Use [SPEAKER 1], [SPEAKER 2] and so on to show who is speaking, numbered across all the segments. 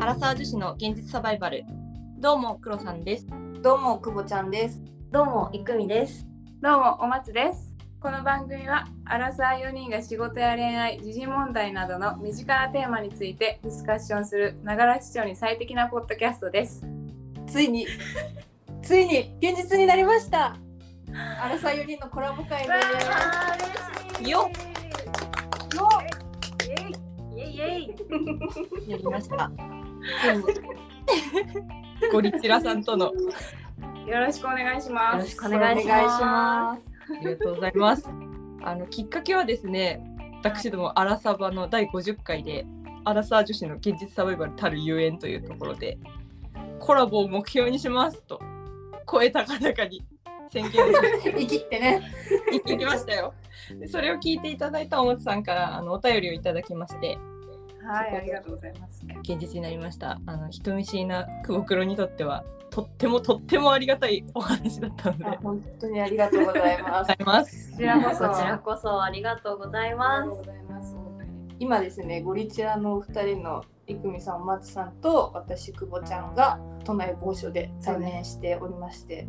[SPEAKER 1] アラサー女子の現実サバイバルどうもクロさんです
[SPEAKER 2] どうもくぼちゃんです。
[SPEAKER 3] どうも、いくみです。
[SPEAKER 4] どうもお松ですこの番組はアラサー4人が仕事や恋愛時事問題などの身近なテーマについてディスカッションするながら視聴に最適なポッドキャストです
[SPEAKER 2] ついについに現実になりました。アラサー4人のコラボ会で
[SPEAKER 1] いよ
[SPEAKER 3] イエイイエイ。
[SPEAKER 1] やりま したゴリチラさんとのよ
[SPEAKER 4] よろしくお願いします
[SPEAKER 1] ろしくお
[SPEAKER 3] お
[SPEAKER 1] 願
[SPEAKER 3] 願
[SPEAKER 1] い
[SPEAKER 3] い
[SPEAKER 1] し
[SPEAKER 3] し
[SPEAKER 1] ます
[SPEAKER 2] ま。
[SPEAKER 3] ます
[SPEAKER 1] ありがとうございますあのきっかけはですね私どもアラサバの第50回でアラサー女子の現実サバイバルたるゆえんというところでコラボを目標にしますと声高々に宣言を
[SPEAKER 2] 生きってね。
[SPEAKER 1] 行ってきましたよ。でそれを聞いていただいたおもつさんからあのお便りをいただきまして
[SPEAKER 4] はいありがとうございます
[SPEAKER 1] 現実になりました。あの人見知りな久保黒にとってはとってもとってもありがたいお話だったので。ありがとう
[SPEAKER 2] 本当にありがとうございま
[SPEAKER 1] ご
[SPEAKER 2] す
[SPEAKER 1] ざ。い ます。
[SPEAKER 4] こちらこ
[SPEAKER 3] こ
[SPEAKER 4] そ
[SPEAKER 3] ちらこそありがとうござい
[SPEAKER 2] あり
[SPEAKER 3] ま
[SPEAKER 2] がとう
[SPEAKER 3] す。
[SPEAKER 2] ございます。今ですね、ゴリチラのお二人のいくみさん、まつさんと私くぼちゃんが都内某所で対面しておりまして、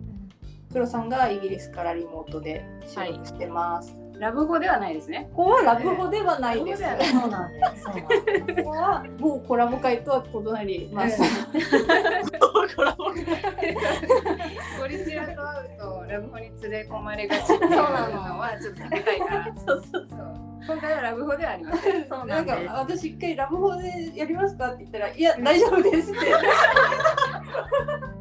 [SPEAKER 2] くろさんがイギリスからリモートで収録してます。
[SPEAKER 4] ラブ語ではないですね
[SPEAKER 2] ここはラブホではないです。
[SPEAKER 4] ラブホではない
[SPEAKER 3] そうなんです。そうなんです。
[SPEAKER 2] ここは某コラボ会とは異なります。
[SPEAKER 1] コラボ
[SPEAKER 4] ゴリチラと会うとラブホに連れ込まれがちそうなのはちょっと避けたいからそうそうそう今回はラブホではありません
[SPEAKER 3] そう
[SPEAKER 2] な
[SPEAKER 3] なんん
[SPEAKER 2] か
[SPEAKER 3] です。
[SPEAKER 2] 私一回ラブホでやりますかって言ったら「いや大丈夫です」って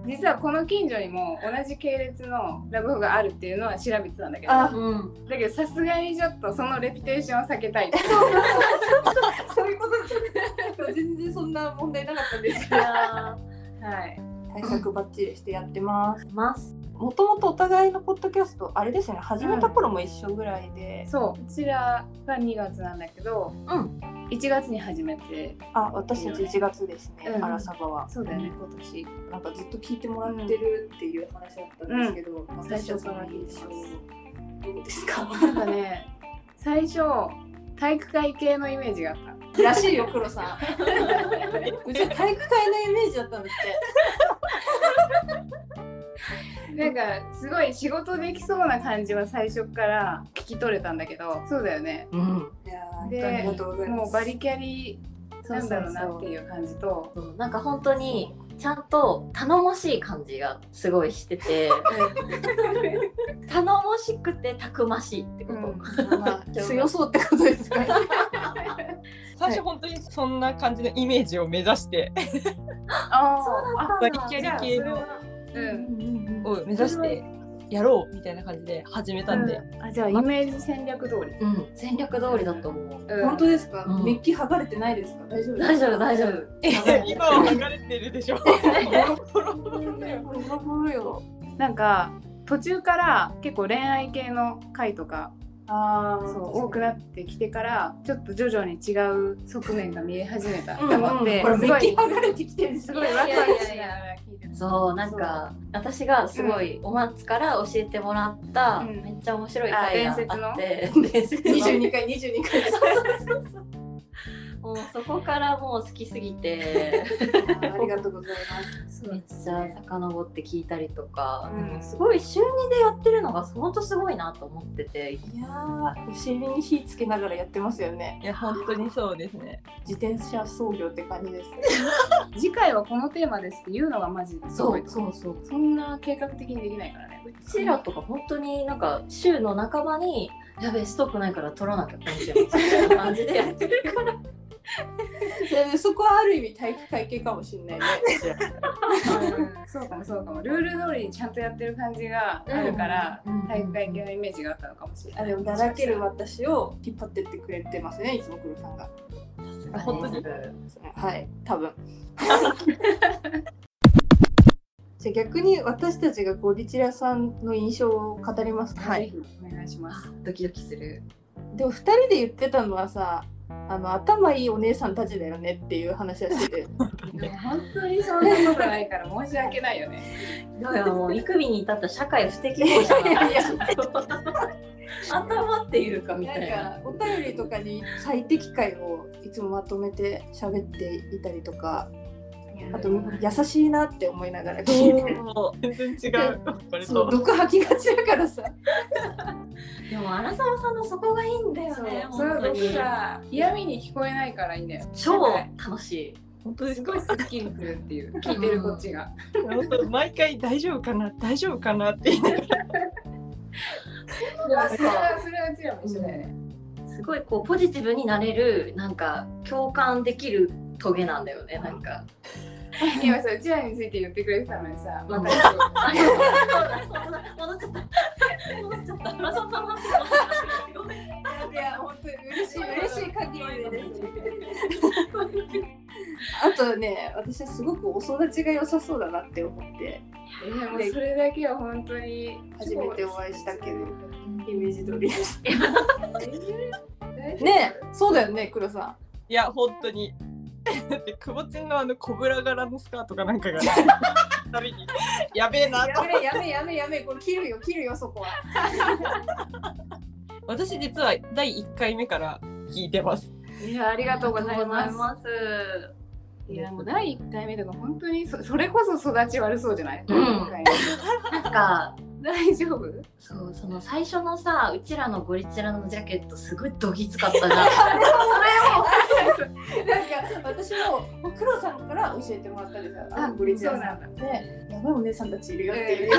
[SPEAKER 4] 実はこの近所にも同じ系列のラブホがあるっていうのは調べてたんだけど
[SPEAKER 2] あ
[SPEAKER 3] うん。
[SPEAKER 4] だけどさすがにちょっとそのレピュテーションを避けたい
[SPEAKER 2] そういうことです全然そんな問題なかったんです
[SPEAKER 3] いや
[SPEAKER 4] はい
[SPEAKER 2] 対策バッチリしてやってます
[SPEAKER 3] ー、ます。
[SPEAKER 2] もともとお互いのポッドキャストあれですよね始めた頃も一緒ぐらいで、
[SPEAKER 4] そううちらが2月なんだけど、
[SPEAKER 3] うん
[SPEAKER 4] 1月に始めて
[SPEAKER 2] あ私たち1月ですね、
[SPEAKER 4] うん
[SPEAKER 2] アラサバは
[SPEAKER 4] そうだよね今年
[SPEAKER 2] なんかずっと聞いてもらってるっていう話だったんですけど、まあ最初から印象どうですか
[SPEAKER 4] なんかね最初体育会系のイメージがあった
[SPEAKER 2] らしいよ黒さん うちは体育会のイメージだったんだって
[SPEAKER 4] なんかすごい仕事できそうな感じは最初から聞き取れたんだけどそうだよね
[SPEAKER 1] うん。
[SPEAKER 2] いやー本
[SPEAKER 4] で
[SPEAKER 2] 当にありがとうございます
[SPEAKER 4] もうバリキャリなんだろうなっていう感じと
[SPEAKER 3] そうなんか本当にちゃんと頼もしい感じがすごいしてて、頼もしくてたくましいってこと。
[SPEAKER 4] うん
[SPEAKER 2] まあ強そうってことですかね。
[SPEAKER 1] 最初本当にそんな感じのイメージを目指して、
[SPEAKER 4] あー
[SPEAKER 3] そうだ
[SPEAKER 4] あ
[SPEAKER 3] ったんだ
[SPEAKER 1] バリキャリ系の
[SPEAKER 4] うん
[SPEAKER 1] を目指してやろうみたいな感じで始めたんで。
[SPEAKER 4] あじゃあイメージ戦略通り、
[SPEAKER 3] うん。戦略通りだと思う。
[SPEAKER 4] うん
[SPEAKER 2] 本 当ですか、
[SPEAKER 3] うん
[SPEAKER 2] メッキ剥がれてないですか。大丈夫ですか。
[SPEAKER 3] 大丈夫大丈夫。
[SPEAKER 1] 今は流れてるでしょ。
[SPEAKER 2] これボロボロよ。
[SPEAKER 4] なんか途中から結構恋愛系の回とか
[SPEAKER 2] ああ、
[SPEAKER 4] そう多くなってきてからちょっと徐々に違う側面が見え始めたと思って
[SPEAKER 2] これ
[SPEAKER 4] す
[SPEAKER 2] メ
[SPEAKER 4] ご
[SPEAKER 2] ッキ
[SPEAKER 4] い
[SPEAKER 2] 剥がれてきてるんです
[SPEAKER 4] す
[SPEAKER 2] ご
[SPEAKER 4] ご
[SPEAKER 2] い
[SPEAKER 4] い
[SPEAKER 2] ワ
[SPEAKER 4] ワ
[SPEAKER 2] ク
[SPEAKER 4] ク
[SPEAKER 2] ワ
[SPEAKER 4] ワ
[SPEAKER 2] ク
[SPEAKER 4] ク
[SPEAKER 2] し
[SPEAKER 4] し
[SPEAKER 2] な
[SPEAKER 4] な
[SPEAKER 2] がら。
[SPEAKER 4] がら聞いてた
[SPEAKER 3] そうなんか私がすごいお松から教えてもらった、
[SPEAKER 4] うん
[SPEAKER 3] めっちゃ面白い回があって伝説
[SPEAKER 2] 二
[SPEAKER 3] の
[SPEAKER 2] 十二回、二十二回。
[SPEAKER 3] もうそこからもう好きすぎて
[SPEAKER 2] ありがとうございます。
[SPEAKER 3] めっちゃ遡って聞いたりとか、
[SPEAKER 4] うん
[SPEAKER 3] でもすごい週2でやってるのが本当すごいなと思ってて
[SPEAKER 2] いやー、お尻に火つけながらやってますよね。
[SPEAKER 1] いや本当にそうですね。
[SPEAKER 2] 自転車操業って感じです。
[SPEAKER 4] 次回はこのテーマですって言うのがマジです
[SPEAKER 3] そ
[SPEAKER 4] ご
[SPEAKER 3] う
[SPEAKER 4] い
[SPEAKER 3] そうそう
[SPEAKER 4] そんな計画的にできないからね
[SPEAKER 3] うちらとか本当になんか週の半ばにやべえストックないから取らなきゃっていう感じでや ってるから
[SPEAKER 2] でそこはある意味体育会系かもしれないね。
[SPEAKER 4] そうかもそうかもルール通りにちゃんとやってる感じがあるから、体育会系のイメージがあったのかもしれな い、
[SPEAKER 2] あ、でもだらける私を引っ張ってってくれてますね。いつも黒さんが。
[SPEAKER 1] 本当に
[SPEAKER 2] はい、多 分。じゃあ逆に私たちがゴリチラさんの印象を語りますか、
[SPEAKER 4] ぜひお願いします
[SPEAKER 3] ドキドキする
[SPEAKER 2] でも2人で言ってたのはさあの頭いいお姉さんたちだよねっていう話はして て
[SPEAKER 4] でも本当にそんなことないから申し訳ないよね
[SPEAKER 3] だからもう育美に至った社会不適合者
[SPEAKER 2] いや
[SPEAKER 3] ない
[SPEAKER 2] や
[SPEAKER 3] 頭っていうかみたいな
[SPEAKER 2] なんかお便りとかに最適解をいつもまとめて喋っていたりとかあと優しいなって思いながら聞いてる
[SPEAKER 1] そう全然違う。これ
[SPEAKER 2] そう
[SPEAKER 1] と。
[SPEAKER 2] 毒吐きがちだからさ
[SPEAKER 3] でも荒沢さんのそこがいいんだよね
[SPEAKER 4] そ
[SPEAKER 3] 本
[SPEAKER 4] れ
[SPEAKER 3] 当
[SPEAKER 4] 僕
[SPEAKER 3] に
[SPEAKER 4] ら嫌味に聞こえないからいいんだよ
[SPEAKER 3] 超楽しい
[SPEAKER 1] 本当ですす
[SPEAKER 4] ご
[SPEAKER 1] か
[SPEAKER 4] い。スッキリするっていう聞いてるこっちが
[SPEAKER 1] 本当毎回大丈夫かな大丈夫かなって言いながら
[SPEAKER 4] でもそれはそれはうちらも一緒だよね
[SPEAKER 3] すごいこうポジティブになれるなんか共感できるトゲなんだよねなんか
[SPEAKER 4] 今さうちらについて言ってくれてたのにさ
[SPEAKER 3] ま
[SPEAKER 4] ま
[SPEAKER 3] た
[SPEAKER 4] た
[SPEAKER 3] あそうだ戻っちゃった戻っちゃった荒沢さんの話ごめ
[SPEAKER 2] い
[SPEAKER 3] ん
[SPEAKER 2] や本当に嬉しい嬉しい限りですあとね私はすごくお育ちが良さそうだなって思って
[SPEAKER 4] えーもうそれだけは本当に
[SPEAKER 2] 初めてお会いしたけどイメージ通りです
[SPEAKER 4] えー
[SPEAKER 2] ねえそうだよね黒さ
[SPEAKER 1] いや本当に。だってくぼちんのあの小ぶら柄のスカートかなんか が。たびにやべえ
[SPEAKER 2] ん
[SPEAKER 1] な
[SPEAKER 2] や
[SPEAKER 1] と。
[SPEAKER 2] めやめやめやめこれ切るよ切るよそこは
[SPEAKER 1] 私実は第一回目から聞いてます。
[SPEAKER 4] いやありがとうございます
[SPEAKER 3] す
[SPEAKER 4] いやもう第1回目とか本当にそそれこそ育ち悪そうじゃない、
[SPEAKER 3] うん
[SPEAKER 4] 今回
[SPEAKER 3] なんか
[SPEAKER 4] 大丈 夫
[SPEAKER 3] そうその最初のさうちらのゴリチラのジャケットすごいどぎつかったじゃん
[SPEAKER 2] なんか私も黒さんから教えてもらったんですよあゴリチラさん
[SPEAKER 4] だ
[SPEAKER 2] ねやばいお姉さんたちいるよっていう、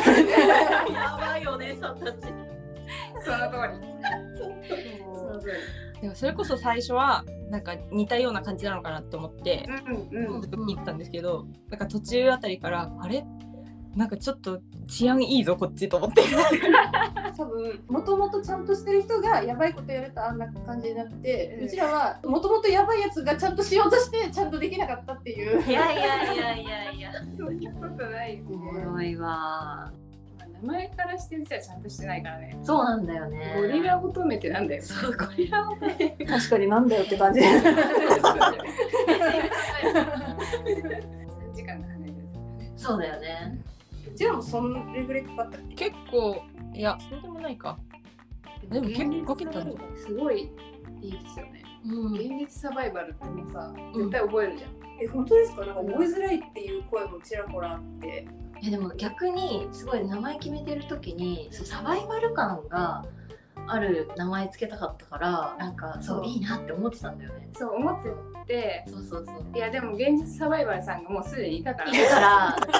[SPEAKER 3] やばいお姉さんたち
[SPEAKER 4] その通りそ
[SPEAKER 2] そう
[SPEAKER 4] の通
[SPEAKER 1] でもそれこそ最初はなんか似たような感じなのかなと思って
[SPEAKER 4] りうんうん
[SPEAKER 1] 聞いてたんですけど、なんか途中あたりからあれなんかちょっと治安いいぞこっちと思って
[SPEAKER 2] 多分もともとちゃんとしてる人がやばいことやるとあんな感じになって、う
[SPEAKER 4] うん
[SPEAKER 2] ちらはもともとやばいやつがちゃんとしようとしてちゃんとできなかったっていう
[SPEAKER 3] いやいやいやいやいや
[SPEAKER 4] そんなことないよ
[SPEAKER 3] おも
[SPEAKER 4] ね
[SPEAKER 3] ろいわ
[SPEAKER 4] 名前からしてうちはちゃんとしてないからね
[SPEAKER 3] そうなんだよね
[SPEAKER 4] ゴリラ乙女ってなんだよ
[SPEAKER 3] そうゴリラ
[SPEAKER 2] 確かになんだよって感じ
[SPEAKER 4] 3時間の話です
[SPEAKER 3] そうだよね
[SPEAKER 2] うちらもそんれぐらいかかったっ
[SPEAKER 1] 結構いやそうでもないかでも結構かけたんだ
[SPEAKER 4] すごいいいですよね
[SPEAKER 3] うん
[SPEAKER 4] 現実サバイバルってもうさ絶対覚えるじゃん、
[SPEAKER 2] え本当ですかなんか覚えづらいっていう声もちらほらあって
[SPEAKER 3] えでも逆にすごい名前決めてる時にそうサバイバル感がある名前つけたかったからなんかそう、
[SPEAKER 4] うん
[SPEAKER 3] いいなって思ってたんだよね
[SPEAKER 4] そう思ってて
[SPEAKER 3] そうそうそう
[SPEAKER 4] いやでも現実サバイバルさんがもうすでにいたから
[SPEAKER 3] いるから使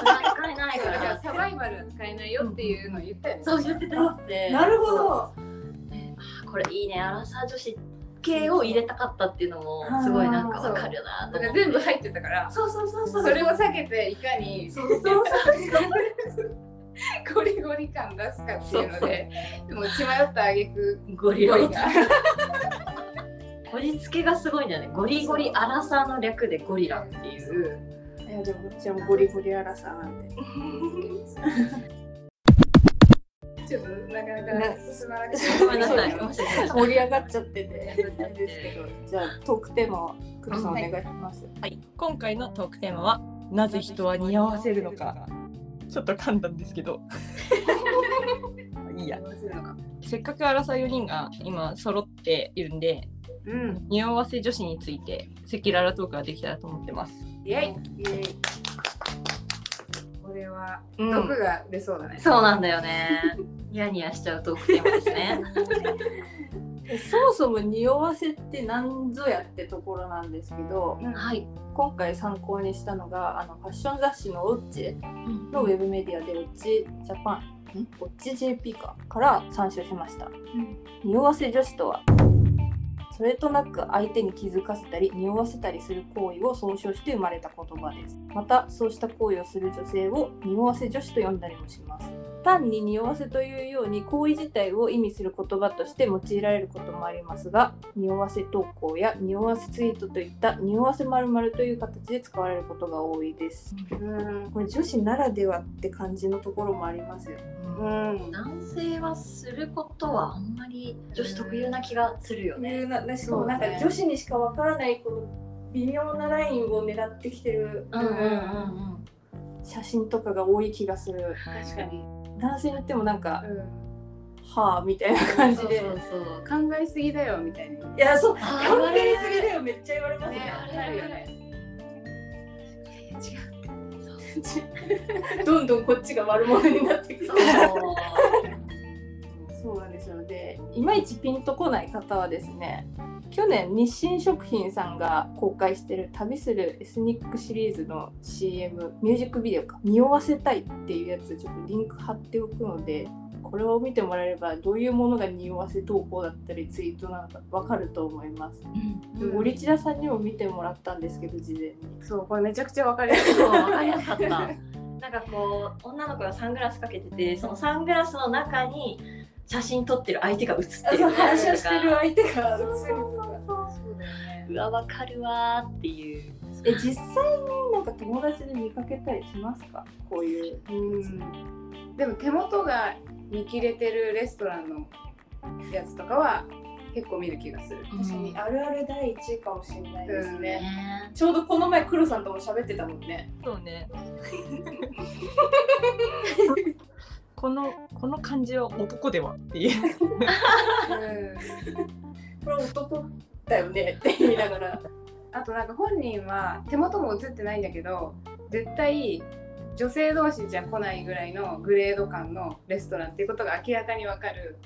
[SPEAKER 3] えない
[SPEAKER 4] そう
[SPEAKER 3] か
[SPEAKER 4] だから
[SPEAKER 3] ら
[SPEAKER 4] サバイバルは使えないよっていうのを言ったよね。
[SPEAKER 3] そう言ってたって
[SPEAKER 2] なるほど
[SPEAKER 3] ねあこれいいねアラサー女子系を入れたかったっていうのもすごいなんかわかるなと
[SPEAKER 4] だから
[SPEAKER 3] 思って
[SPEAKER 4] 全部入ってたから、
[SPEAKER 3] そうそうそうそう
[SPEAKER 4] それを避けていかに
[SPEAKER 3] そうそうそう
[SPEAKER 4] ゴリゴリ感出すかっていうので、でも血迷った挙句
[SPEAKER 3] ゴリ
[SPEAKER 4] ゴ
[SPEAKER 3] ゴリ
[SPEAKER 4] リが。
[SPEAKER 3] こじつけがすごいんだよねゴリゴリアラサーの略でゴリラっていう
[SPEAKER 2] いやでもうちらもゴリゴリアラさなんで
[SPEAKER 4] ちょっとなかなか進まなくて。
[SPEAKER 3] ごめんなさい申し訳ない
[SPEAKER 2] 盛り上がっちゃっててあれですけどじゃあトークテーマを黒さんお願いします、
[SPEAKER 1] はい、今回のトークテーマは「なぜ人は似合わせるのか」ちょっと噛んだんですけど いいやせっかくアラサー4人が今揃っているんで
[SPEAKER 4] うん。
[SPEAKER 1] 似合わせ女子について赤裸々トークができたらと思ってます
[SPEAKER 4] イェイ。
[SPEAKER 2] イエイ
[SPEAKER 4] これは
[SPEAKER 2] うん
[SPEAKER 4] 毒が出そうだね。
[SPEAKER 3] そうなんだよね。 ニヤニヤしちゃうトークテーマですね。
[SPEAKER 2] えそもそも匂わせって何ぞやってところなんですけど
[SPEAKER 4] うん
[SPEAKER 3] はい。
[SPEAKER 2] 今回参考にしたのがあのファッション雑誌の「オッチ」のウェブメディアで「オッチジャパン」ん「オッチ JP か」から参照しました。匂わせ女子とはそれとなく相手に気づかせたり匂わせたりする行為を総称して生まれた言葉ですまたそうした行為をする女性を匂わせ女子と呼んだりもします単に匂わせというように行為自体を意味する言葉として用いられることもありますが匂わせ投稿や匂わせツイートといった匂わせ〇〇という形で使われることが多いです
[SPEAKER 4] うん。
[SPEAKER 2] これ女子ならではって感じのところもありますよ
[SPEAKER 4] うん。
[SPEAKER 3] 男性はすることはあんまり女子特有な気がするよ
[SPEAKER 2] ね、
[SPEAKER 3] ね。
[SPEAKER 2] なし
[SPEAKER 3] かもなんか女
[SPEAKER 2] 子にしかわからないこの微妙なラインを狙ってきてる
[SPEAKER 3] うんうんうん
[SPEAKER 2] 写真とかが多い気がする
[SPEAKER 4] 確かに。
[SPEAKER 2] 男性に言ってもなんか
[SPEAKER 4] う
[SPEAKER 2] 「はあ」みたいな
[SPEAKER 3] う
[SPEAKER 2] 感
[SPEAKER 3] ん。
[SPEAKER 2] じ
[SPEAKER 3] そう
[SPEAKER 2] で
[SPEAKER 3] そうそう。
[SPEAKER 4] ん。考えすぎだよみたいな。
[SPEAKER 2] いやそう
[SPEAKER 3] あ
[SPEAKER 2] 考えすぎだよめっちゃ言われます
[SPEAKER 4] ね
[SPEAKER 2] ね
[SPEAKER 4] あるよね
[SPEAKER 2] どんどんこっちが悪者になってくる
[SPEAKER 3] そう。
[SPEAKER 2] そうなんですよでいまいちピンとこない方はですね去年日清食品さんが公開してる旅するエスニックシリーズの CM ミュージックビデオか「匂わせたい」っていうやつちょっとリンク貼っておくのでこれを見てもらえればどういうものが匂わせ投稿だったりツイートなのか分かると思います。でゴリチラさんにも見てもらったんですけど事前に。
[SPEAKER 4] そうこれめちゃくちゃわかりやすい
[SPEAKER 3] そう分かりやすかったなんかこう女の子がサングラスかけててそのサングラスの中に写真撮ってる相手が写ってる
[SPEAKER 2] 話をしてる相手が映る
[SPEAKER 3] うわ分かるわーっていう
[SPEAKER 2] え実際になんか友達で見かけたりしますかこういう
[SPEAKER 4] うんでも手元が見切れてるレストランのやつとかは結構見る気がする。
[SPEAKER 2] 確かにあるある第一位かもしれないですね、
[SPEAKER 3] ね
[SPEAKER 2] ちょうどこの前黒さんとも喋ってたもんね
[SPEAKER 1] そうね。 このこの感じは男ではっていう。
[SPEAKER 2] これ男だよねって言いながら
[SPEAKER 4] あとなんか本人は手元も映ってないんだけど絶対女性同士じゃ来ないぐらいのグレード感のレストランっていうことが明らかにわかる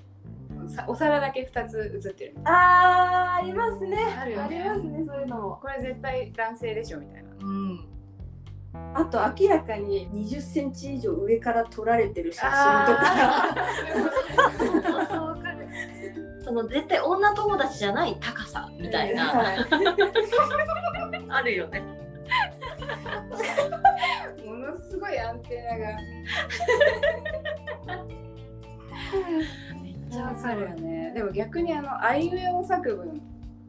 [SPEAKER 4] さお皿だけ2つ映ってる
[SPEAKER 2] あーありますね
[SPEAKER 4] あるよね
[SPEAKER 2] ねそういうのも
[SPEAKER 4] これ絶対男性でしょみたいな
[SPEAKER 2] うんあと明らかに2 0センチ以上上から撮られてる写真とか
[SPEAKER 4] そうわかる
[SPEAKER 3] その絶対女友達じゃない高さみたいな、
[SPEAKER 2] はい
[SPEAKER 3] あるよね
[SPEAKER 4] ものすごいアンテナが
[SPEAKER 3] めっちゃ
[SPEAKER 4] わ
[SPEAKER 3] わ
[SPEAKER 4] か
[SPEAKER 3] か
[SPEAKER 4] る
[SPEAKER 3] る
[SPEAKER 4] よねでも逆にあのあいうえお作文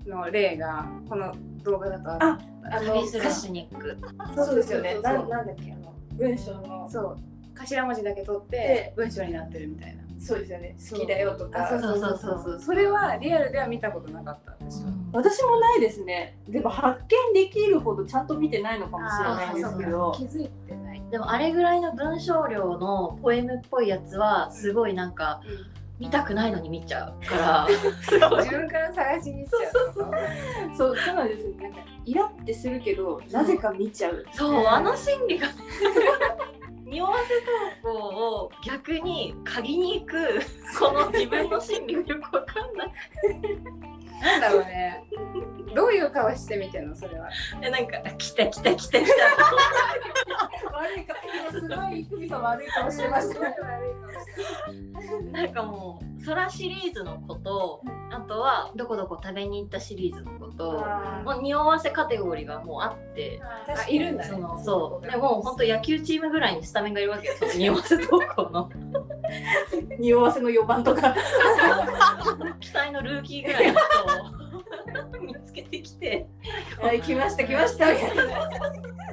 [SPEAKER 4] の例がこの動画だとあ
[SPEAKER 2] あの
[SPEAKER 3] 旅する
[SPEAKER 2] 歌詞
[SPEAKER 3] シニック
[SPEAKER 2] そうですよね
[SPEAKER 4] そうそう
[SPEAKER 2] な
[SPEAKER 4] そう
[SPEAKER 2] なんだっけあの文章の
[SPEAKER 4] そう頭文字だけ取っ
[SPEAKER 2] で
[SPEAKER 4] て文章になってるみたいな
[SPEAKER 2] そうですよね
[SPEAKER 4] そう
[SPEAKER 2] 好きだよとか
[SPEAKER 4] あそうそうそうそうそうそれはリアルでは見たことなかった私は
[SPEAKER 2] 私もないですねでも発見できるほどちゃんと見てないのかもしれないんですけど
[SPEAKER 4] 気づいてない
[SPEAKER 3] でもあれぐらいの文章量のポエムっぽいやつはすごいなんか見たくないのに見ちゃうから
[SPEAKER 4] 自分から探しに行っちゃうそうそう
[SPEAKER 2] そうそうなんですよなんかイラってするけどなぜか見ちゃう
[SPEAKER 3] そうあの心理が 匂わせ投稿を逆に嗅ぎに行くこの自分の心理がよくわかんない
[SPEAKER 4] なんだろうねどういう顔してみてんのそれは
[SPEAKER 3] えなんか来た来た来た来
[SPEAKER 2] 悪いか今すごい久美さん悪い顔してまし
[SPEAKER 4] すご
[SPEAKER 2] た
[SPEAKER 4] い悪い顔して
[SPEAKER 3] たなんかもう空シリーズのことあとはどこどこ食べに行ったシリーズのこと
[SPEAKER 2] あ
[SPEAKER 3] もう匂わせカテゴリーがもうあって
[SPEAKER 2] 確か
[SPEAKER 4] あ
[SPEAKER 2] に
[SPEAKER 4] いるんだね
[SPEAKER 3] そのそうでもうほんと野球チームぐらいにスタメンがいるわけよその匂わせ投稿の
[SPEAKER 2] ー 匂わせの4番とか
[SPEAKER 3] 期待のルーキーぐらいの人を見つけて きて
[SPEAKER 2] はい来ました来ましたみたい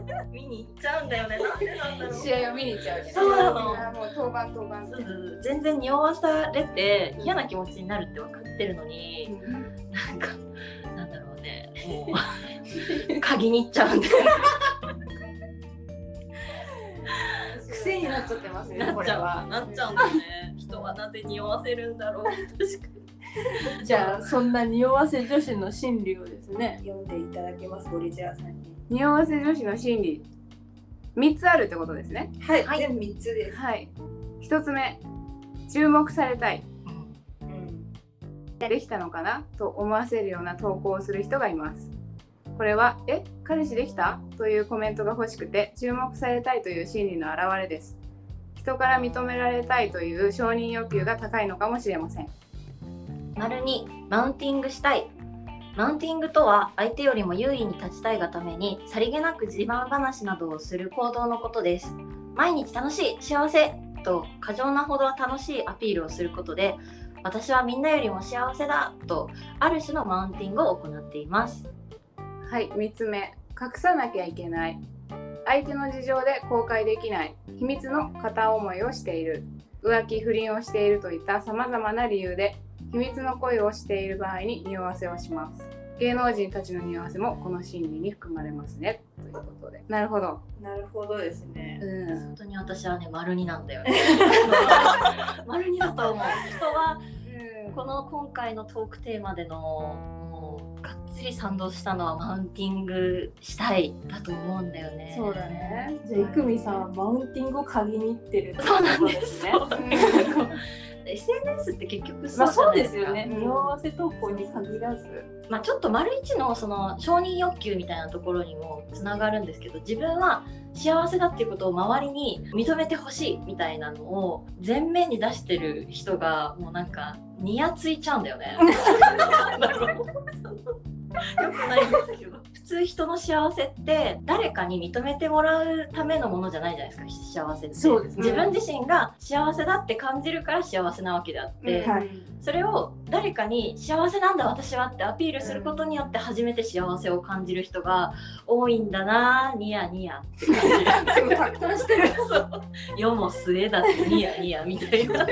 [SPEAKER 2] な
[SPEAKER 3] 見に行っちゃうんだよねなんでなんだろう
[SPEAKER 4] 試合を見に行っちゃうけど
[SPEAKER 3] そうなの
[SPEAKER 4] あもう当番当番
[SPEAKER 3] そうそうそう全然匂わされて嫌な気持ちになるって分かってるのに、なんかなんだろうねも う鍵に行っちゃうんだよ
[SPEAKER 2] 癖になっちゃってますね
[SPEAKER 3] な
[SPEAKER 2] こ
[SPEAKER 3] っ
[SPEAKER 2] れ
[SPEAKER 3] ちゃ
[SPEAKER 2] は
[SPEAKER 3] うなっちゃうんだよね人はなぜ匂わせるんだろう確かに
[SPEAKER 2] じゃあそんな匂わせ女子の心理をですね読んでいただけますゴリチラさんに
[SPEAKER 4] 匂わせ女子の心理3つあるってことですね
[SPEAKER 2] はい、
[SPEAKER 3] はい
[SPEAKER 2] 全部3つで
[SPEAKER 4] はい1つ目注目されたいできたのかなと思わせるような投稿をする人がいますこれは「え彼氏できた?」というコメントが欲しくて注目されたいという心理の表れです人から認められたいという承認欲求が高いのかもしれません
[SPEAKER 3] 丸にマウンティングしたいマウンティングとは相手よりも優位に立ちたいがためにさりげなく自慢話などをする行動のことです毎日楽しい幸せと過剰なほど楽しいアピールをすることで私はみんなよりも幸せだとある種のマウンティングを行っています
[SPEAKER 4] はい3つ目隠さなきゃいけない相手の事情で公開できない秘密の片思いをしている浮気不倫をしているといったさまざまな理由で秘密の恋をしている場合に匂わせをします芸能人たちの匂わせもこの心理に含まれますねということでなるほど
[SPEAKER 2] なるほどですね
[SPEAKER 4] うん
[SPEAKER 3] 本当に私はね丸二なんだよね丸二だと思う人はこの今回のトークテーマでのもうがっつり賛同したのはマウンティングしたいだと思うんだよね。
[SPEAKER 4] そうだね。
[SPEAKER 2] じゃあ、いくみさんはマウンティングを鍵にいってるって
[SPEAKER 3] そうなん
[SPEAKER 2] こと
[SPEAKER 3] で
[SPEAKER 2] ですす
[SPEAKER 3] ね
[SPEAKER 2] ね。。
[SPEAKER 3] こう SNS って結局
[SPEAKER 2] ま
[SPEAKER 3] そ
[SPEAKER 2] あ、
[SPEAKER 3] うじ
[SPEAKER 2] そ
[SPEAKER 3] ゃ
[SPEAKER 2] う
[SPEAKER 3] ないで
[SPEAKER 2] ですす
[SPEAKER 3] か。
[SPEAKER 2] よね。
[SPEAKER 4] うん
[SPEAKER 2] 匂わせ投稿に限らず。
[SPEAKER 3] まあ、ちょっと丸一のその承認欲求みたいなところにもつながるんですけど自分は幸せだっていうことを周りに認めてほしいみたいなのを前面に出してる人がもうなんかニヤついちゃうんだ よね。なんだろうよくないんですけど普通人の幸せって誰かに認めてもらうためのものじゃないじゃないですか幸せって
[SPEAKER 2] そうですね
[SPEAKER 3] 自分自身が幸せだって感じるから幸せなわけであって、
[SPEAKER 2] うんはい
[SPEAKER 3] それを誰かに幸せなんだ私はってアピールすることによって初めて幸せを感じる人が多いんだなニヤニヤって感じる
[SPEAKER 4] すごい格闘して る。
[SPEAKER 3] そう世も末だってニヤニヤみたい な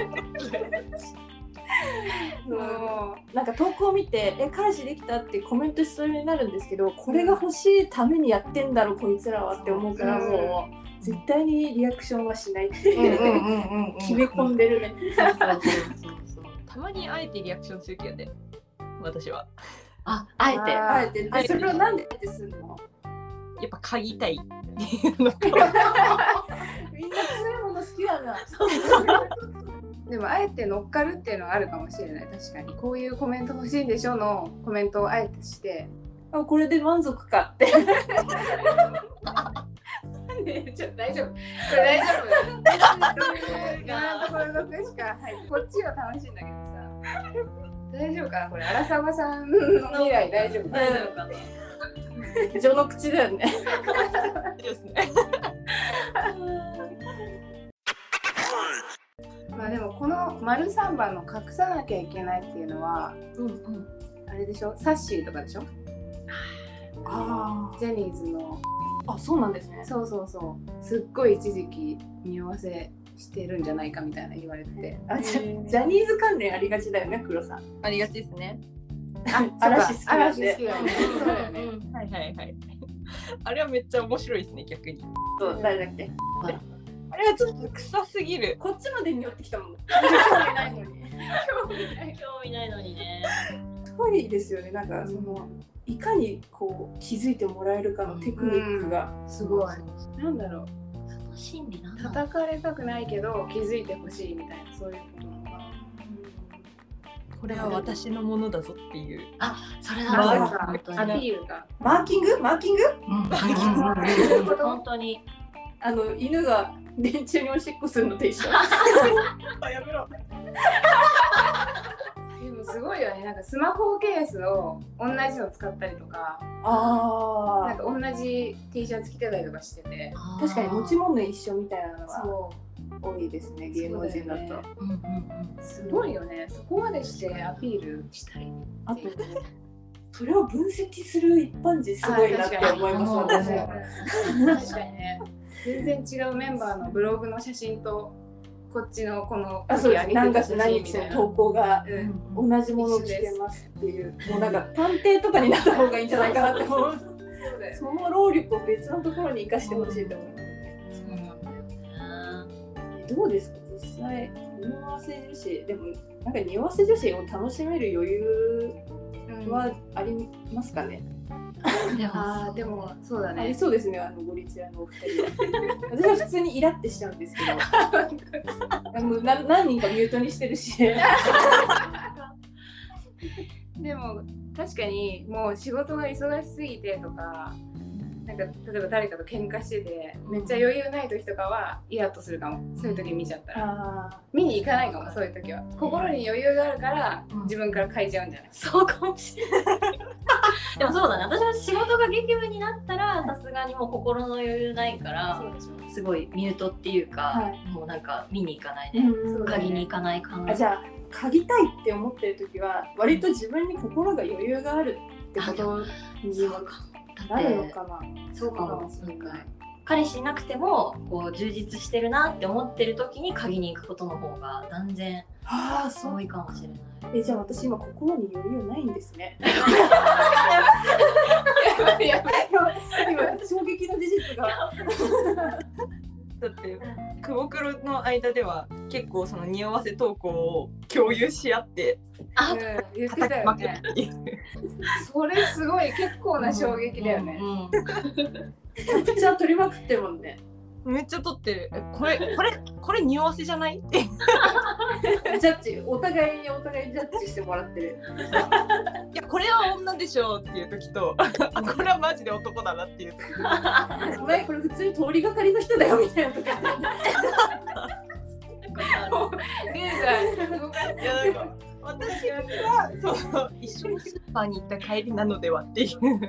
[SPEAKER 4] も
[SPEAKER 2] なんか投稿を見て「え彼氏できた?」ってコメントしそうになるんですけどこれが欲しいためにやってんだろこいつらはって思うから
[SPEAKER 4] うん
[SPEAKER 2] もう絶対にリアクションはしないって
[SPEAKER 4] う。うん
[SPEAKER 2] いう
[SPEAKER 4] うん
[SPEAKER 2] 決め込んでるね。
[SPEAKER 3] そうそうそうそう
[SPEAKER 1] たまにあえてリアクションするけどね私は
[SPEAKER 3] ああえて
[SPEAKER 4] あ
[SPEAKER 2] あえて
[SPEAKER 4] えそれをなんでってするの？
[SPEAKER 1] やっぱ嗅ぎたい
[SPEAKER 2] みんなそういうもの好きだな。
[SPEAKER 4] でもあえて乗っかるっていうのはあるかもしれない確かにこういうコメント欲しいんでしょのコメントをあえてして
[SPEAKER 2] あこれで満足かって。
[SPEAKER 4] ねえちょっと大丈夫これ大丈夫今のところのしか、はい、こっちは楽しいんだけどさ大丈夫かなこれ荒沢さんの未来大丈夫かな
[SPEAKER 3] 大丈夫かな
[SPEAKER 2] 序の口だよね。
[SPEAKER 1] ですね
[SPEAKER 4] まあでもこの丸三番の隠さなきゃいけないっていうのは
[SPEAKER 1] うんうん
[SPEAKER 4] あれでしょサッシーとかでしょ
[SPEAKER 2] あ
[SPEAKER 4] ジェニーズの
[SPEAKER 2] ーあそうなんですね。
[SPEAKER 4] そうそうそうすっごい一時期匂わせしてるんじゃないかみたいな言われてて
[SPEAKER 2] あじゃジャニーズ関連ありがちだよね黒さん。
[SPEAKER 1] ありがちですね
[SPEAKER 2] 嵐好きなん
[SPEAKER 4] 嵐
[SPEAKER 2] で
[SPEAKER 4] 好きだよねそうだよね
[SPEAKER 1] はいはいはいあれはめっちゃ面白いですね逆に
[SPEAKER 2] そう誰だ っけ
[SPEAKER 1] あれはちょっと臭すぎる
[SPEAKER 2] こっちまで匂ってきたもん。
[SPEAKER 4] ないのに
[SPEAKER 3] 興味ないのにね
[SPEAKER 2] すごいですよねなんかそのいかにこう気づいてもらえるかのテクニックが、
[SPEAKER 4] すごいなんだろう
[SPEAKER 3] その心理なんだ
[SPEAKER 4] 叩かれたくないけど気づいてほしいみたいなそういうことなのかな
[SPEAKER 1] これは私のものだぞっていう
[SPEAKER 3] それ
[SPEAKER 4] あ
[SPEAKER 3] だ
[SPEAKER 2] あ
[SPEAKER 3] ろう
[SPEAKER 4] そ
[SPEAKER 3] 本
[SPEAKER 4] う
[SPEAKER 3] 当
[SPEAKER 4] かア
[SPEAKER 3] に
[SPEAKER 4] ピールが
[SPEAKER 2] マーキングマーキング
[SPEAKER 3] うんうん本当に
[SPEAKER 2] あの犬が電柱におしっこするのと一 緒
[SPEAKER 1] あやめろ
[SPEAKER 4] でもすごいよねなんかスマホケースを同じの使ったりとかな
[SPEAKER 2] あ
[SPEAKER 4] んか同じ T シャツ着てたりとかしてて
[SPEAKER 2] ー確かに持ち
[SPEAKER 3] も
[SPEAKER 2] 物一緒みたいなのが
[SPEAKER 4] そ
[SPEAKER 2] 多いですね芸能人だ
[SPEAKER 4] そうだ
[SPEAKER 2] と
[SPEAKER 4] よね
[SPEAKER 3] うんうんうん
[SPEAKER 4] うすごいよねそこまでしてアピールしたい
[SPEAKER 2] あとそれを分析する一般人すごいなって思います
[SPEAKER 3] あー確
[SPEAKER 2] 私
[SPEAKER 3] かに
[SPEAKER 2] は
[SPEAKER 4] 確かにね全然違うメンバーのブログの写真とこっちのこの
[SPEAKER 2] あそうです
[SPEAKER 4] 時
[SPEAKER 2] 何
[SPEAKER 4] 上げてる
[SPEAKER 2] 月何日の投稿が
[SPEAKER 4] うん
[SPEAKER 2] 同じものを着てますっていうもうなんか探偵とかになった方がいいんじゃないかなって思う
[SPEAKER 4] そうだよね
[SPEAKER 2] その労力を別のところに生かしてほしいと思います
[SPEAKER 3] そうなんだよね
[SPEAKER 2] えどうですか実際匂わせ女子でもなんか匂わせ女子を楽しめる余裕
[SPEAKER 4] うん
[SPEAKER 2] はありますかね、
[SPEAKER 3] でも
[SPEAKER 4] あーでもそうだ
[SPEAKER 2] あり
[SPEAKER 4] ね
[SPEAKER 2] そうですねあのゴリチラのお二人私は普通にイラってしちゃうんですけどあの な何人かミュートにしてるし
[SPEAKER 4] でも確かにもう仕事が忙しすぎてとかなんか例えば誰かと喧嘩しててめっちゃ余裕ない時とかはイラッとするかもそういう時見ちゃったら
[SPEAKER 2] あ
[SPEAKER 4] 見に行かないかもそういう時は心に余裕があるから
[SPEAKER 3] うん
[SPEAKER 4] 自分から変えちゃうんじゃない
[SPEAKER 3] そうかもしれない。 でもそうだね。私は仕事が激務になったらさすがにもう心の余裕ないから、
[SPEAKER 4] うでしょ
[SPEAKER 3] すごいミュートっていうか、
[SPEAKER 2] はい
[SPEAKER 3] もうなんか見に行かない
[SPEAKER 2] ー
[SPEAKER 3] ね。
[SPEAKER 2] そうだね
[SPEAKER 3] 鍵に行かない感
[SPEAKER 2] あじゃあ嗅ぎたいって思ってる時は割と自分に心が余裕があるってことにも
[SPEAKER 3] だ
[SPEAKER 2] な
[SPEAKER 3] っ
[SPEAKER 2] るの
[SPEAKER 3] て
[SPEAKER 2] かな
[SPEAKER 3] そうかも。
[SPEAKER 2] そうかも
[SPEAKER 3] なんか彼氏いなくてもこう充実してるなって思ってる時に鍵に行くことの方が断然
[SPEAKER 2] ああそ
[SPEAKER 3] 多
[SPEAKER 2] う
[SPEAKER 3] いかもしれない。
[SPEAKER 2] えじゃあ私今心に余裕ないんです ね
[SPEAKER 4] やばい
[SPEAKER 2] 今衝撃の事実が。
[SPEAKER 1] だって久保黒の間では結構その匂わせ投稿を共有し合って
[SPEAKER 3] あ
[SPEAKER 4] うん、言ってたよね。それすごい結構な衝撃だよ ね。
[SPEAKER 3] うん
[SPEAKER 2] キャプチャー取りまくってるもんね。
[SPEAKER 1] めっちゃ撮ってる。えこれ、これ、これ匂わせじゃないって。
[SPEAKER 2] ジャッジ、お互いにお互いジャッジしてもらってる。
[SPEAKER 1] いや、これは女でしょうっていう時と、あ これはマジで男だなっていう時。
[SPEAKER 2] お前これ普通に通りがかりの人だよみたいなとか。
[SPEAKER 4] リュウが動かし
[SPEAKER 1] いや、なんか、私は、そう、一緒にスーパーに行った帰りなのではっていう。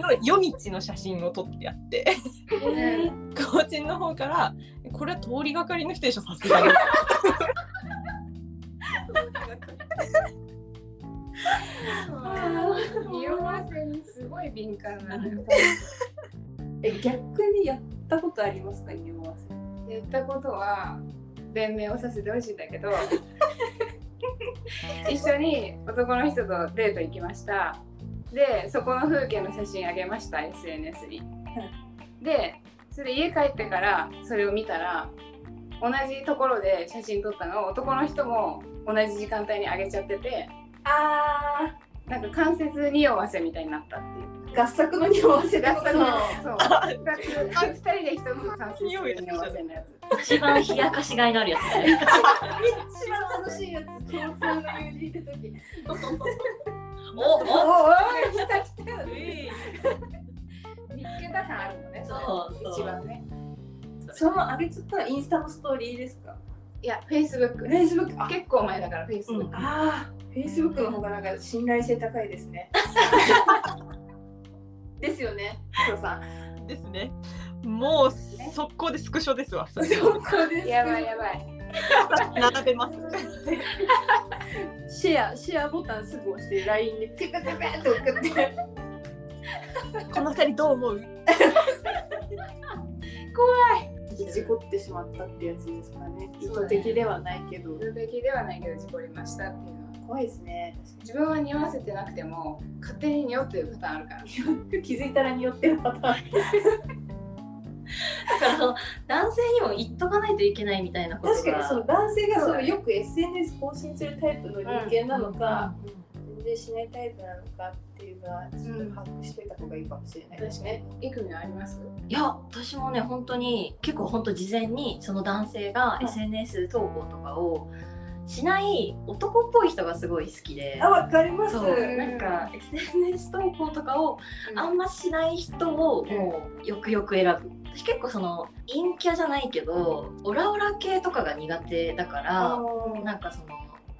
[SPEAKER 1] の夜道の写真を撮ってあって。コーチンの方から「これは通りがかりの人でしょさすがに」
[SPEAKER 4] 匂わせにすごい敏感なのよ。
[SPEAKER 2] え逆にやったことありますか匂わせ。
[SPEAKER 4] 言ったことは弁明をさせてほしいんだけど一緒に男の人とデート行きましたでそこの風景の写真あげました SNS に、でそれ家帰ってからそれを見たら同じところで写真撮ったのを男の人も同じ時間帯にあげちゃってて
[SPEAKER 2] あ
[SPEAKER 4] なんか関節匂わせみたいになったっていう
[SPEAKER 2] あ合作の匂わせだったの。
[SPEAKER 4] そう2つ二人で一つ関節匂わせのやつ
[SPEAKER 3] 一番冷やかしがいのあるやつ ね。
[SPEAKER 2] 一番楽しいやつ共通の友人いた時。
[SPEAKER 3] お
[SPEAKER 4] お
[SPEAKER 3] お
[SPEAKER 4] おい来た来た見つけた感あるのね
[SPEAKER 3] そうそう
[SPEAKER 4] 一番ね
[SPEAKER 2] その上げちゃったらインスタのストーリーですか。
[SPEAKER 4] いやフェイスブック
[SPEAKER 2] フェイスブック。あ
[SPEAKER 4] 結構前だからフェイスブック
[SPEAKER 2] あー、フェイスブックの方がなんか信頼性高いですね。ですよね、ヒロさん。
[SPEAKER 1] ですねもう速攻でスクショですわそれ
[SPEAKER 2] そこです
[SPEAKER 4] やばいやばい
[SPEAKER 1] 並べます
[SPEAKER 2] シェア、シェアボタンすぐ押して、LINE でピカピカピカって送って。
[SPEAKER 1] この二人どう思う
[SPEAKER 2] 事故ってしまったってやつですかね。意図的ではないけど。
[SPEAKER 4] 無敵ではないけど事故りましたっていうのは
[SPEAKER 2] 怖いですね。
[SPEAKER 4] 自分は匂わせてなくても勝手に匂ってるパターンあるから
[SPEAKER 2] 気づいたらによってるパターン。
[SPEAKER 3] だからその男性にも言っとかないといけないみたいなことが
[SPEAKER 2] 確かに、その男性が
[SPEAKER 4] そう
[SPEAKER 2] そ
[SPEAKER 4] だ
[SPEAKER 2] の
[SPEAKER 4] ね
[SPEAKER 2] よく SNS 更新するタイプの人間なのか、全然しないタイプなのかっていうのは、ちょっと把握しておいた方がいいかもしれないですね。
[SPEAKER 4] いくみはあります
[SPEAKER 3] いや私もね本当に結構本当事前にその男性が
[SPEAKER 2] い
[SPEAKER 3] SNS 投稿とかをしない男っぽい人がすごい好きで
[SPEAKER 2] あ、。わかります。
[SPEAKER 3] そうなんか SNS 投稿とかをあんましない人をもうよくよく選ぶ私結構その陰キャじゃないけどオラオラ系とかが苦手だから
[SPEAKER 2] ー
[SPEAKER 3] なんかその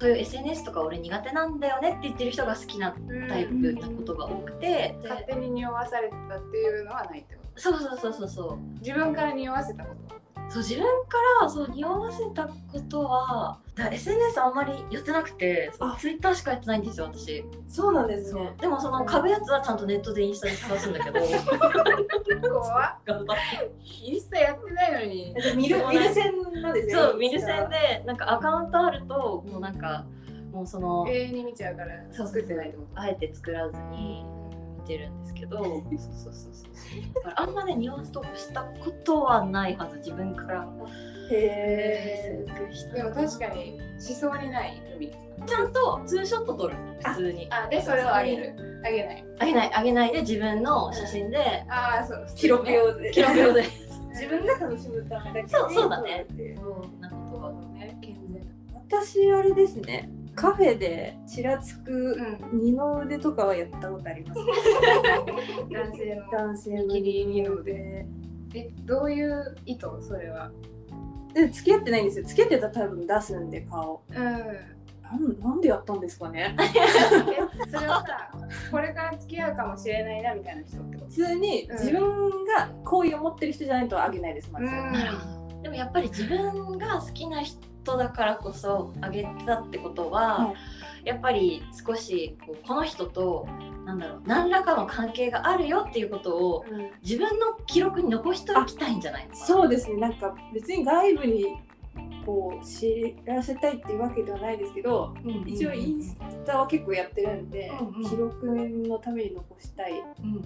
[SPEAKER 3] そういう SNS とか俺苦手なんだよねって言ってる人が好きなタイプなことが多くて、で
[SPEAKER 4] 勝手に匂わされたっていうのはないってこと
[SPEAKER 3] そうそうそうそうそう
[SPEAKER 4] 自分から匂わせたこと
[SPEAKER 3] そう自分からそう匂わせたことはだ SNS あんまりやってなくてそう
[SPEAKER 2] あ
[SPEAKER 3] Twitter しかやってないんですよ私
[SPEAKER 2] そうなんですね。
[SPEAKER 3] でもその買うやつはちゃんとネットでインスタで探すんだけ ど
[SPEAKER 4] 怖っ
[SPEAKER 3] 頑張っ
[SPEAKER 4] インスタやってないのに
[SPEAKER 2] えっと見る
[SPEAKER 3] そうなん
[SPEAKER 2] 見る線なんです
[SPEAKER 3] て
[SPEAKER 2] ね。
[SPEAKER 3] そうミルセンでなんかアカウントあるともうなんかもうその
[SPEAKER 4] 永遠に見ちゃうから
[SPEAKER 3] そう
[SPEAKER 4] 作ってないってこ
[SPEAKER 3] あえて作らずに見てるんですけどそうそうそうそうだからあんまねニュアンスとかしたことはないはず自分から
[SPEAKER 2] へえ。
[SPEAKER 4] とでも確かにしそうにないいくみ
[SPEAKER 3] ちゃんとツーショット撮る普通に
[SPEAKER 4] あでそれをあげるあげない
[SPEAKER 3] あげないあげないで自分の写真で
[SPEAKER 4] ああそう
[SPEAKER 2] 記録用で。
[SPEAKER 3] 記録用で
[SPEAKER 2] 自分が楽しむためだけに
[SPEAKER 3] そうそうだね。
[SPEAKER 2] そう
[SPEAKER 3] そんなことは
[SPEAKER 4] ね健全
[SPEAKER 2] 私あれですね。カフェでちらつく
[SPEAKER 4] うん
[SPEAKER 2] 二の腕とかはやったことあります。
[SPEAKER 4] 男性の
[SPEAKER 2] 男性の二の腕。
[SPEAKER 4] えどういう意図それは
[SPEAKER 2] で付き合ってないんですよ。付き合ってたら多分出すんで顔。
[SPEAKER 4] うん
[SPEAKER 2] なんなんでやったんですかね。
[SPEAKER 4] それはさこれから付き合うかもしれないなみたいな人ってこ
[SPEAKER 2] 普通に
[SPEAKER 4] うん
[SPEAKER 2] 自分が好意を持ってる人じゃないとあげないです。ま
[SPEAKER 4] と
[SPEAKER 2] ず。
[SPEAKER 3] なるほどでもやっぱり自分が好きな人だからこそあげたってことは、
[SPEAKER 2] は
[SPEAKER 3] やっぱり少しこうこの人となんだろう何らかの関係があるよっていうことを
[SPEAKER 4] うん
[SPEAKER 3] 自分の記録に残しておきたいんじゃないのかな
[SPEAKER 2] そうですね、なんか別に外部にこう知らせたいっていうわけではないですけど一応インスタは結構やってるんで、
[SPEAKER 3] うんうん
[SPEAKER 2] 記録のために残したい
[SPEAKER 3] うん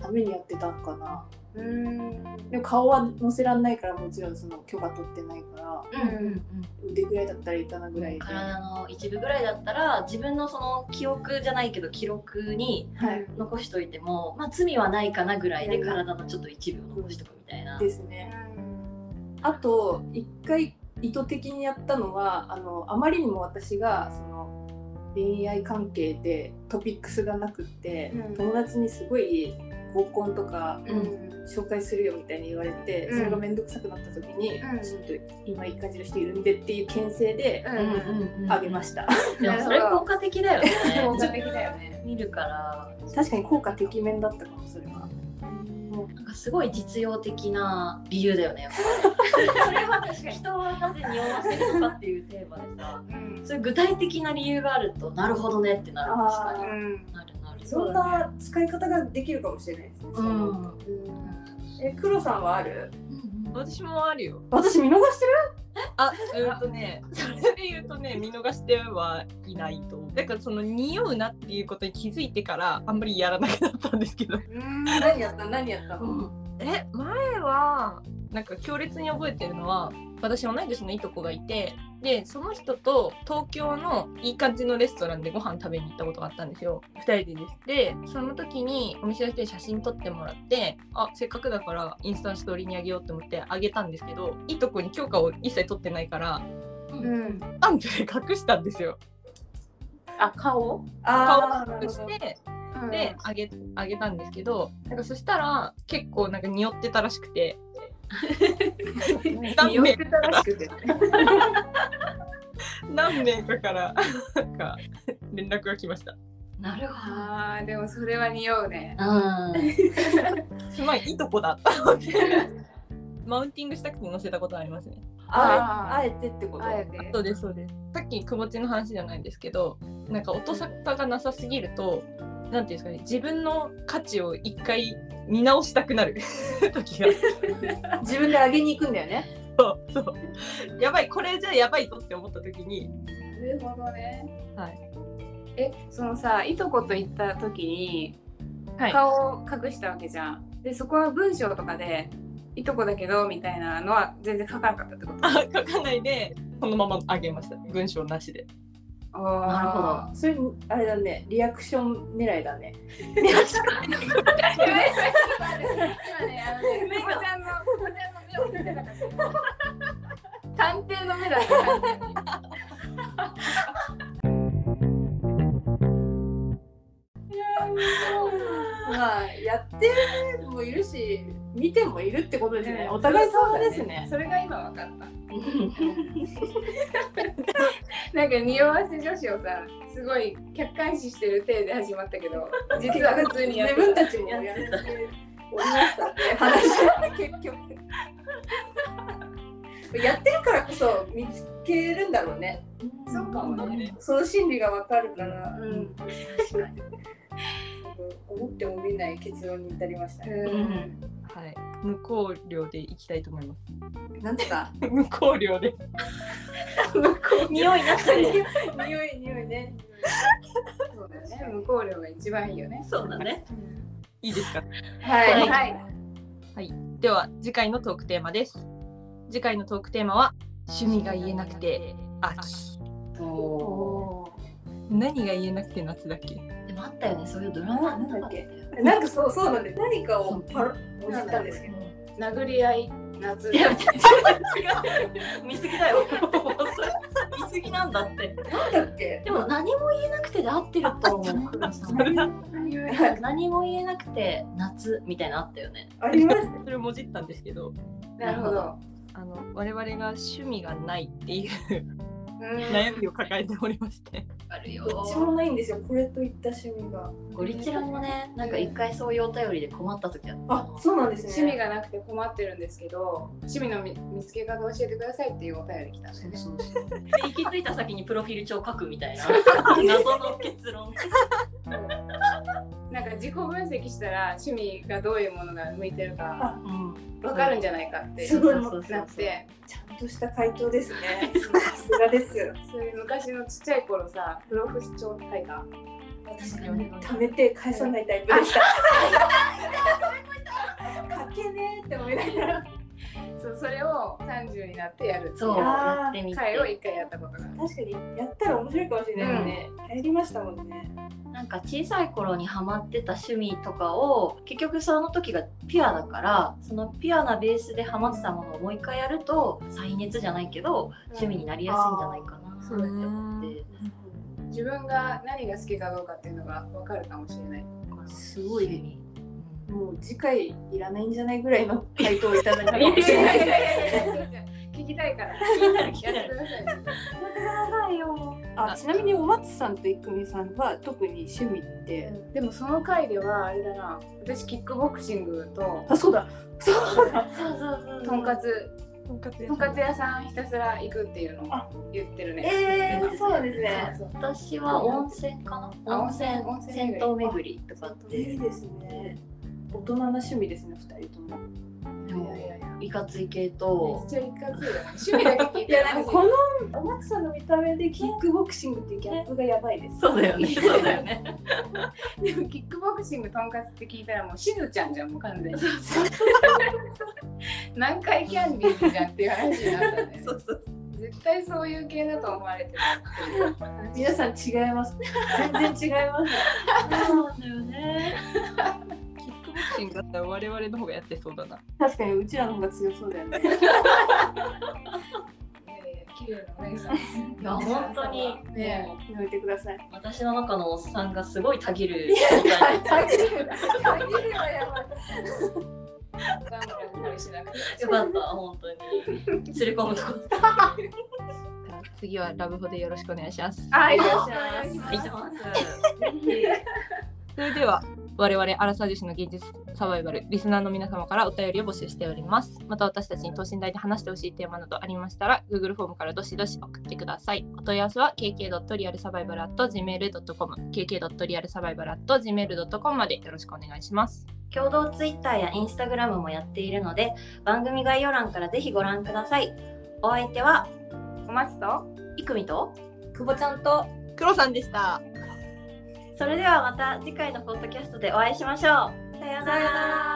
[SPEAKER 2] ためにやってたんかな
[SPEAKER 4] うん
[SPEAKER 2] でも顔は載せらんないからもちろんその許可取ってないから
[SPEAKER 3] うんうんうん
[SPEAKER 2] 腕ぐらいだったらいいかなぐらいで、
[SPEAKER 3] 体の一部ぐらいだったら自分のその記憶じゃないけど記録に
[SPEAKER 2] はい
[SPEAKER 3] 残しといても、まあ、罪はないかなぐらいで
[SPEAKER 2] うん
[SPEAKER 3] 体のちょっと一部を残しとくみたいな。
[SPEAKER 2] ですねあと一回意図的にやったのはあのあまりにも私がその恋愛関係でトピックスがなくって、
[SPEAKER 4] うん
[SPEAKER 2] 友達にすごい合コンとか
[SPEAKER 4] うんうん
[SPEAKER 2] 紹介するよみたいに言われて、
[SPEAKER 4] うん
[SPEAKER 2] それが面倒くさくなった時に、
[SPEAKER 4] うん
[SPEAKER 2] ちょっと今いい感じの人いるんでっていう牽制で
[SPEAKER 4] う
[SPEAKER 3] うん
[SPEAKER 4] んうん
[SPEAKER 3] うんうん
[SPEAKER 2] あげました、
[SPEAKER 3] でもそれ効果 的だよ
[SPEAKER 4] 効果
[SPEAKER 3] ね。
[SPEAKER 4] 的だよね
[SPEAKER 3] 見るから
[SPEAKER 2] 確かに効果てきめんだったかもそれは
[SPEAKER 3] なんかすごい実用的な理由だよね。 それは確かに人をなぜ匂わせるのかっていうテーマでさ、
[SPEAKER 4] うん
[SPEAKER 3] そういう具体的な理由があるとなるほどねってなる確かに
[SPEAKER 4] うん
[SPEAKER 3] なるなる。
[SPEAKER 2] そんな使い方ができるかもしれないですね、
[SPEAKER 3] うんうんうん
[SPEAKER 2] え黒さんはある
[SPEAKER 1] 私もあるよ。
[SPEAKER 2] 私見逃してる
[SPEAKER 1] あ、えーっとね、それで言うとね、見逃してはいないと思う。だからその匂うなっていうことに気づいてから、あんまりやらなくなったんですけど。
[SPEAKER 4] うん
[SPEAKER 2] 何やった何やった
[SPEAKER 3] う
[SPEAKER 2] の、
[SPEAKER 3] ん
[SPEAKER 1] え、前は、なんか強烈に覚えてるのは、私同い年のいとこがいて、で、その人と東京のいい感じのレストランでご飯食べに行ったことがあったんですよ。二人でです。で、その時にお店の人に写真撮ってもらって、あ、せっかくだからインスタのストーリーにあげようと思ってあげたんですけど、いとこに許可を一切取ってないから、
[SPEAKER 4] うん
[SPEAKER 1] アンプで隠したんですよ。
[SPEAKER 4] あ顔
[SPEAKER 1] 顔
[SPEAKER 2] あ
[SPEAKER 1] を
[SPEAKER 2] ー
[SPEAKER 1] 隠して
[SPEAKER 4] で
[SPEAKER 1] であげあげたんですけどなんかそしたら結構なんか匂ってたらしくて何
[SPEAKER 4] よ
[SPEAKER 1] 名
[SPEAKER 4] くたらしくて
[SPEAKER 1] 何名かからなんか連絡が来ました
[SPEAKER 3] なるほど。
[SPEAKER 4] あーでもそれは匂うね
[SPEAKER 3] うん、
[SPEAKER 1] すごいいとこだったのでマウンティングしたくて載せたことありますね
[SPEAKER 2] あえあえてってこと
[SPEAKER 4] あえて
[SPEAKER 1] そうですそうですさっきくぼちの話じゃないですけどなんか音作家がなさすぎるとなんていうんですかね自分の価値を一回見直したくなる時が
[SPEAKER 2] 自分であげに行くんだよね
[SPEAKER 1] そうそうやばいこれじゃやばいぞって思った時に
[SPEAKER 4] なるほどね
[SPEAKER 1] はい
[SPEAKER 4] えそのさいとこと行った時に
[SPEAKER 1] はい
[SPEAKER 4] 顔を隠したわけじゃんでそこは文章とかでいとこだけどみたいなのは全然書かなかったってこと
[SPEAKER 1] 書かないでそのままあげました文章なしで
[SPEAKER 3] なるほど
[SPEAKER 2] それあれだねリアクション狙いだね
[SPEAKER 4] 今ね、あのね、おばちゃんの、おばちゃんの目を見せなか った。探偵の目だった完全に。
[SPEAKER 2] まあやってる人もいるし見てもいるってことですね、お互い様ですね
[SPEAKER 4] それが今分か った。なんか匂わせ女子をさ、すごい客観視してる体で始まったけど、実は普通にやっ
[SPEAKER 2] 自
[SPEAKER 4] て
[SPEAKER 2] 分
[SPEAKER 4] た。
[SPEAKER 2] たちもやっておりましたって話だね結 局やってるからこそ見つけるんだろうね
[SPEAKER 4] そうかもね。
[SPEAKER 2] その心理がわかるから、
[SPEAKER 4] うん、
[SPEAKER 3] 確かに。
[SPEAKER 2] 思ってもみない結論に至りました ね、
[SPEAKER 4] うん、
[SPEAKER 1] はい無香料でいきたいと思い ます
[SPEAKER 2] なんつった
[SPEAKER 1] 無香料で
[SPEAKER 3] 匂いなしで。
[SPEAKER 2] 匂い匂いね
[SPEAKER 4] そうだね、無効量が一番いいよね。
[SPEAKER 3] そうだね。
[SPEAKER 1] いいですか
[SPEAKER 4] はい、
[SPEAKER 3] は
[SPEAKER 4] はい、
[SPEAKER 1] では次回のトークテーマです次回のトークテーマは趣味が言えなくて秋何が言えなくて夏だっけ
[SPEAKER 3] でもあったよね、そういうドラマ
[SPEAKER 2] なんだ
[SPEAKER 3] っ
[SPEAKER 2] っけ
[SPEAKER 3] け。
[SPEAKER 2] なんかそうそうなんで何かをパロもじったんですけど
[SPEAKER 4] 殴り合い、夏。
[SPEAKER 3] いや、違う。 見過ぎだよ。 見過ぎなんだって。
[SPEAKER 2] なんだっけ
[SPEAKER 3] でも、何も言えなくてで合ってると思う。黒さん何も言えなくて、夏みたいなのあったよね。
[SPEAKER 2] あります
[SPEAKER 1] それをもじったんですけど
[SPEAKER 4] なるほど。
[SPEAKER 1] あの我々が趣味がないっていう
[SPEAKER 4] うん
[SPEAKER 1] 悩みを抱えておりまして
[SPEAKER 3] あるよ。
[SPEAKER 2] どっちもないんですよこれといった趣味が
[SPEAKER 3] ゴリチラもね、なんか一回そういうお便りで困った時あった
[SPEAKER 2] あ
[SPEAKER 3] の。
[SPEAKER 2] そうなんですね
[SPEAKER 4] 趣味がなくて困ってるんですけど趣味のみ見つけ方を教えてくださいっていうお便り来たんで
[SPEAKER 3] そ
[SPEAKER 4] す
[SPEAKER 3] う
[SPEAKER 4] ね
[SPEAKER 3] そうそう。 で行き着いた先にプロフィール帳書くみたいな謎の結論。
[SPEAKER 4] なんか自己分析したら趣味がどういうものが向いてるか
[SPEAKER 2] あ
[SPEAKER 3] うん。
[SPEAKER 4] 分かるんじゃないかって
[SPEAKER 2] すごい
[SPEAKER 3] そうそうそう
[SPEAKER 4] なって
[SPEAKER 2] ちゃんととした回答です ね。さすがです。
[SPEAKER 4] それ昔のちっちゃい頃さ、不老不死症タイガー。
[SPEAKER 2] 私貯めて返さないタイプでした。かけねえって思いながら。
[SPEAKER 4] そうそれを30になってやるってい
[SPEAKER 3] そうやってみて
[SPEAKER 4] 回を一回やったことがあ る。
[SPEAKER 2] 確かにやったら面白いかもしれないね。入りましたもんね。
[SPEAKER 3] なんか小さい頃にハマってた趣味とかを結局その時がピュアだからそのピュアなベースでハマってたものをもう一回やると再熱じゃないけど趣味になりやすいんじゃないかなって
[SPEAKER 4] そうだね
[SPEAKER 3] 思って
[SPEAKER 4] 自分が何が好きかどうかっていうのが分かるかもしれない。
[SPEAKER 3] すごいね
[SPEAKER 2] もう次回いらないんじゃないぐらいの回答をいただいたか
[SPEAKER 4] いや
[SPEAKER 2] も
[SPEAKER 4] い
[SPEAKER 2] しれな
[SPEAKER 4] やい
[SPEAKER 2] い。
[SPEAKER 4] やいやいや 聞きたいから。
[SPEAKER 3] 気になる気
[SPEAKER 4] や
[SPEAKER 3] に
[SPEAKER 4] って
[SPEAKER 3] なる
[SPEAKER 4] くださいね。
[SPEAKER 2] あちなみにお松さんといくみさんは特に趣味って。
[SPEAKER 4] でもその回ではあれだな。私キックボクシングと
[SPEAKER 2] あそうだ。そうだ。
[SPEAKER 3] そうそうそう
[SPEAKER 4] とんかつ
[SPEAKER 1] とんかつ
[SPEAKER 4] とんかつ屋さんひたすら行くっていうのを言ってるね。
[SPEAKER 2] ええそうなんですね。
[SPEAKER 4] そうそう
[SPEAKER 3] 私は温泉かな
[SPEAKER 4] あ
[SPEAKER 3] 温泉
[SPEAKER 4] 温泉
[SPEAKER 3] 銭湯巡りとかっ
[SPEAKER 2] い
[SPEAKER 3] て
[SPEAKER 2] いですね。大人な趣味ですね二人とも。
[SPEAKER 4] いやい
[SPEAKER 3] でも
[SPEAKER 4] やいや。
[SPEAKER 3] いかつい系
[SPEAKER 4] め
[SPEAKER 3] と
[SPEAKER 4] っちゃいかついよね。趣味だけ聞い
[SPEAKER 2] い
[SPEAKER 4] て
[SPEAKER 2] やなんかこのお松さんの見た目でキックボクシングっていうギャップがやばいです。
[SPEAKER 3] そうだ よねそうだよね
[SPEAKER 4] でもキックボクシングとんかつって聞いたらもうしずちゃんじゃんもう完全に。何回キャンディーズじゃんっていう話になったね。
[SPEAKER 3] そうそう
[SPEAKER 4] 絶対そういう系だと思われてるっ ていう。
[SPEAKER 2] 皆さん違います。全然違います。
[SPEAKER 3] そうなんだよね
[SPEAKER 1] キックボクシングだったら我々の方がやってそうだな。
[SPEAKER 2] 確かにうちらの方が強そうだよね。
[SPEAKER 4] いやいや綺麗なお姉さんですね。
[SPEAKER 3] いや本当に
[SPEAKER 4] ね
[SPEAKER 3] もう
[SPEAKER 2] やめてください。
[SPEAKER 3] 私の中のおっさんがすごいたぎる
[SPEAKER 4] タギルタギルはやばい。頑張無理しなくて。
[SPEAKER 3] よかった本当に連れ込むとこ
[SPEAKER 1] じゃあ次はラブホでよろしくお願いします。
[SPEAKER 4] はい、いらっしゃいま
[SPEAKER 3] はい
[SPEAKER 4] す。
[SPEAKER 3] します
[SPEAKER 1] それでは我々アラサー女子の現実サバイバルリスナーの皆様からお便りを募集しておりますまた私たちに等身大で話してほしいテーマなどありましたら Google フォームからどしどし送ってくださいお問い合わせは kk.realsurvival.gmail.com kk.realsurvival.gmail.com までよろしくお願いします
[SPEAKER 3] 共同ツイッターやインスタグラムもやっているので番組概要欄からぜひご覧くださいお相手は
[SPEAKER 4] お待つと。
[SPEAKER 3] いくみと
[SPEAKER 2] 久保ちゃんと
[SPEAKER 1] クロさんでした
[SPEAKER 3] それではまた次回のポッドキャストでお会いしましょうさようなら